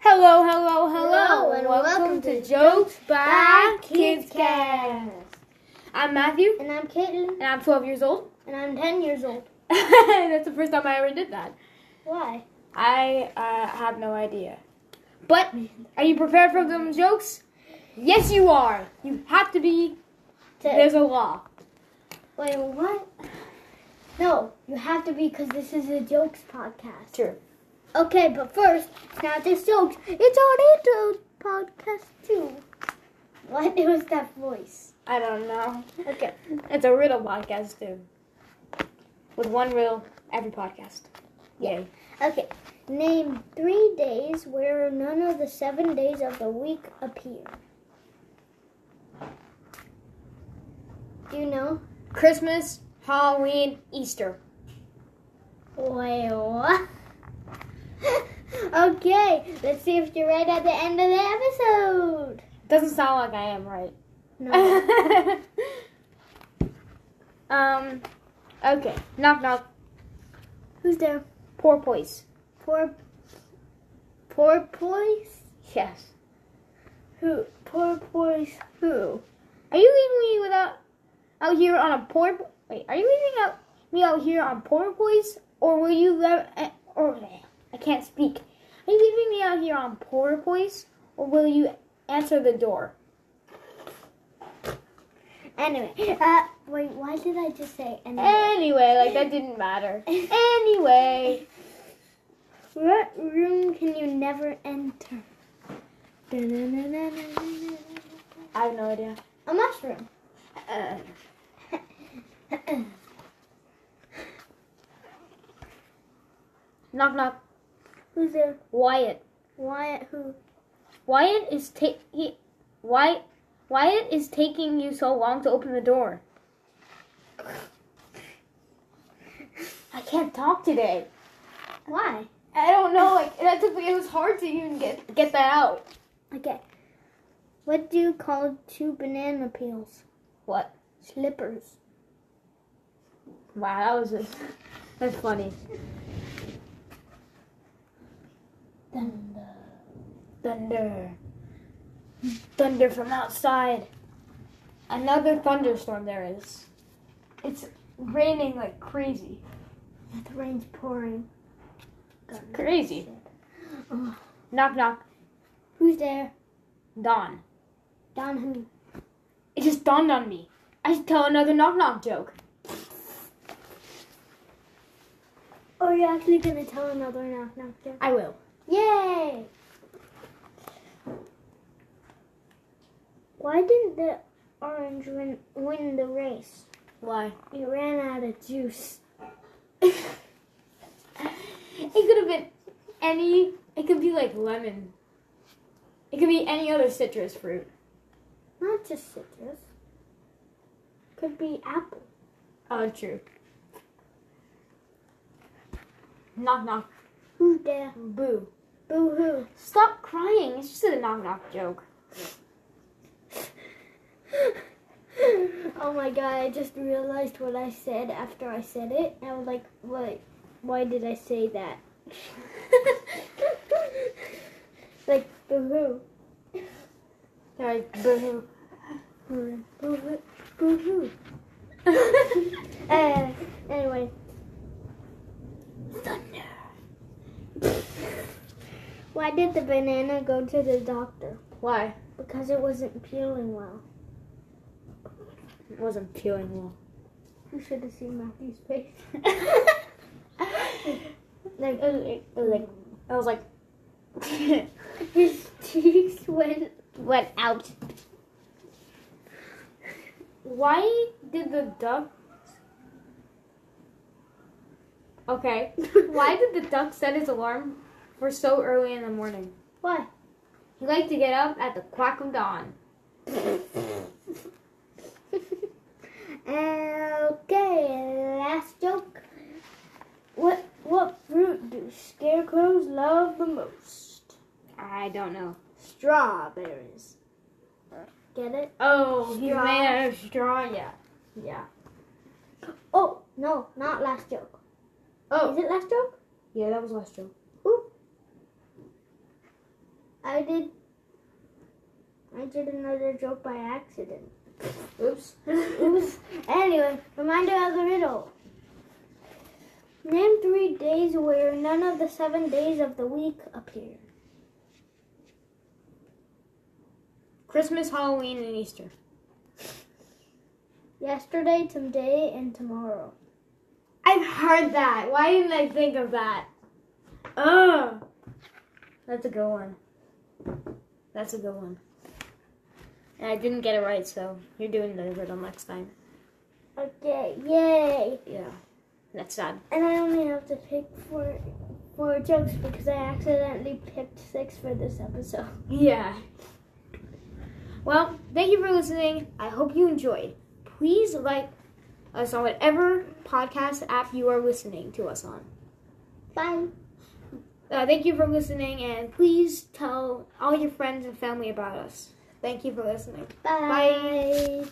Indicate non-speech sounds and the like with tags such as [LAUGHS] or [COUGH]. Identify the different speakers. Speaker 1: Hello, hello, hello,
Speaker 2: Hello, and
Speaker 1: welcome,
Speaker 2: welcome
Speaker 1: to
Speaker 2: to
Speaker 1: Jokes by
Speaker 2: by
Speaker 1: Kids Cast. I'm Matthew,
Speaker 2: And I'm Caitlin,
Speaker 1: and I'm 12 years old. [LAUGHS]
Speaker 2: and I'm 10 years old.
Speaker 1: That's the first time I ever did that.
Speaker 2: Why?
Speaker 1: I uh, have no idea. But are you prepared for them jokes? Yes, you are. You have to be.
Speaker 2: To-
Speaker 1: There's a law.
Speaker 2: wait, what? No, you have to be because this is a jokes podcast.
Speaker 1: True.
Speaker 2: Okay, but first, it's not just jokes. It's our intro podcast too. What [LAUGHS] was that voice?
Speaker 1: I don't know.
Speaker 2: Okay.
Speaker 1: It's a riddle podcast too. With one riddle every podcast. Yay.
Speaker 2: Okay. Name three days where none of the seven days of the week appear. Do you know?
Speaker 1: Christmas, Halloween, Easter.
Speaker 2: Wait, what? [LAUGHS] okay, let's see if you're right at the end of the episode.
Speaker 1: Doesn't sound like I am right. [LAUGHS]
Speaker 2: No.
Speaker 1: um, okay. Knock knock.
Speaker 2: Who's there?
Speaker 1: Porpoise.
Speaker 2: Poor. Porpoise?
Speaker 1: Yes.
Speaker 2: Who? Porpoise who?
Speaker 1: Are you leaving me without out here on a por? Wait, are you leaving out me out here on porpoise, or will you let? eh, Or I can't speak. Are you leaving me out here on porpoise, or will you answer the door?
Speaker 2: Anyway, uh, wait, why did I just say anyway?
Speaker 1: Anyway, like that didn't matter. Anyway,
Speaker 2: [LAUGHS] What room can you never enter? [LAUGHS] Da-na-na-na-na-na-na.
Speaker 1: I have no idea.
Speaker 2: A mushroom. [LAUGHS]
Speaker 1: Uh, knock knock.
Speaker 2: Who's there?
Speaker 1: Wyatt.
Speaker 2: Wyatt who?
Speaker 1: Wyatt is ta- he, why Wyatt is taking you so long to open the door. I can't talk today.
Speaker 2: Why?
Speaker 1: I don't know. Like that took it was hard to even get get that out.
Speaker 2: Okay. What do you call two banana peels?
Speaker 1: What?
Speaker 2: Slippers.
Speaker 1: Wow, that was just that's funny.
Speaker 2: Thunder.
Speaker 1: Thunder. Thunder from outside. Another thunderstorm there is. It's raining like crazy.
Speaker 2: The rain's pouring.
Speaker 1: It's crazy. Knock knock.
Speaker 2: Who's there?
Speaker 1: Dawn.
Speaker 2: Don who?
Speaker 1: It just dawned on me. I should tell another knock knock joke.
Speaker 2: Or are you Oh, actually gonna tell another knock knock joke?
Speaker 1: I will.
Speaker 2: Yay! Why didn't the orange win, win the race?
Speaker 1: Why? [LAUGHS]
Speaker 2: It ran out of juice. [LAUGHS]
Speaker 1: it could have been any. It could be like lemon. It could be any other citrus fruit.
Speaker 2: Not just citrus. Could be apple.
Speaker 1: Oh, true. Knock knock.
Speaker 2: Who's there?
Speaker 1: Boo.
Speaker 2: Boo hoo.
Speaker 1: Stop crying. It's just a knock knock joke.
Speaker 2: [LAUGHS] oh my god, I just realized what I said after I said it. I was like, what? Why did I say that? [LAUGHS] like, boo
Speaker 1: Sorry, boo
Speaker 2: hoo. Boo hoo.
Speaker 1: hoo.
Speaker 2: [LAUGHS] Uh, anyway.
Speaker 1: Thunder.
Speaker 2: [LAUGHS] Why did the banana go to the doctor?
Speaker 1: Why?
Speaker 2: Because it wasn't peeling well.
Speaker 1: It wasn't peeling well.
Speaker 2: You should have seen
Speaker 1: [LAUGHS]
Speaker 2: Matthew's face.
Speaker 1: like, it was like, I was like, [LAUGHS]
Speaker 2: His cheeks went.
Speaker 1: went out. Why did the duck? Okay. Why did the duck set his alarm for so early in the morning?
Speaker 2: Why?
Speaker 1: He liked to get up at the quack of dawn.
Speaker 2: okay, last joke. What what fruit do scarecrows love the most?
Speaker 1: I don't know.
Speaker 2: Strawberries. Get it?
Speaker 1: Oh, he's
Speaker 2: Straw.
Speaker 1: made out of straw. Yeah. Yeah.
Speaker 2: Oh no, not last joke.
Speaker 1: Oh.
Speaker 2: Is it last joke?
Speaker 1: Yeah, that was last joke.
Speaker 2: Ooh. I did. I did another joke by accident.
Speaker 1: Oops.
Speaker 2: Oops. Anyway, reminder of the riddle. Name three days where none of the seven days of the week appear.
Speaker 1: Christmas, Halloween, and Easter.
Speaker 2: Yesterday, today, and tomorrow.
Speaker 1: I've heard that. Why didn't I think of that? Oh, that's a good one. That's a good one. And I didn't get it right, so you're doing the riddle next time.
Speaker 2: Okay, yay!
Speaker 1: Yeah, that's sad.
Speaker 2: And I only have to pick four, four jokes because I accidentally picked six for this episode. [LAUGHS]
Speaker 1: Yeah. Well, thank you for listening. I hope you enjoyed. Please like us on whatever podcast app you are listening to us on.
Speaker 2: Bye.
Speaker 1: Uh, thank you for listening, and please tell all your friends and family about us. Thank you for listening.
Speaker 2: Bye.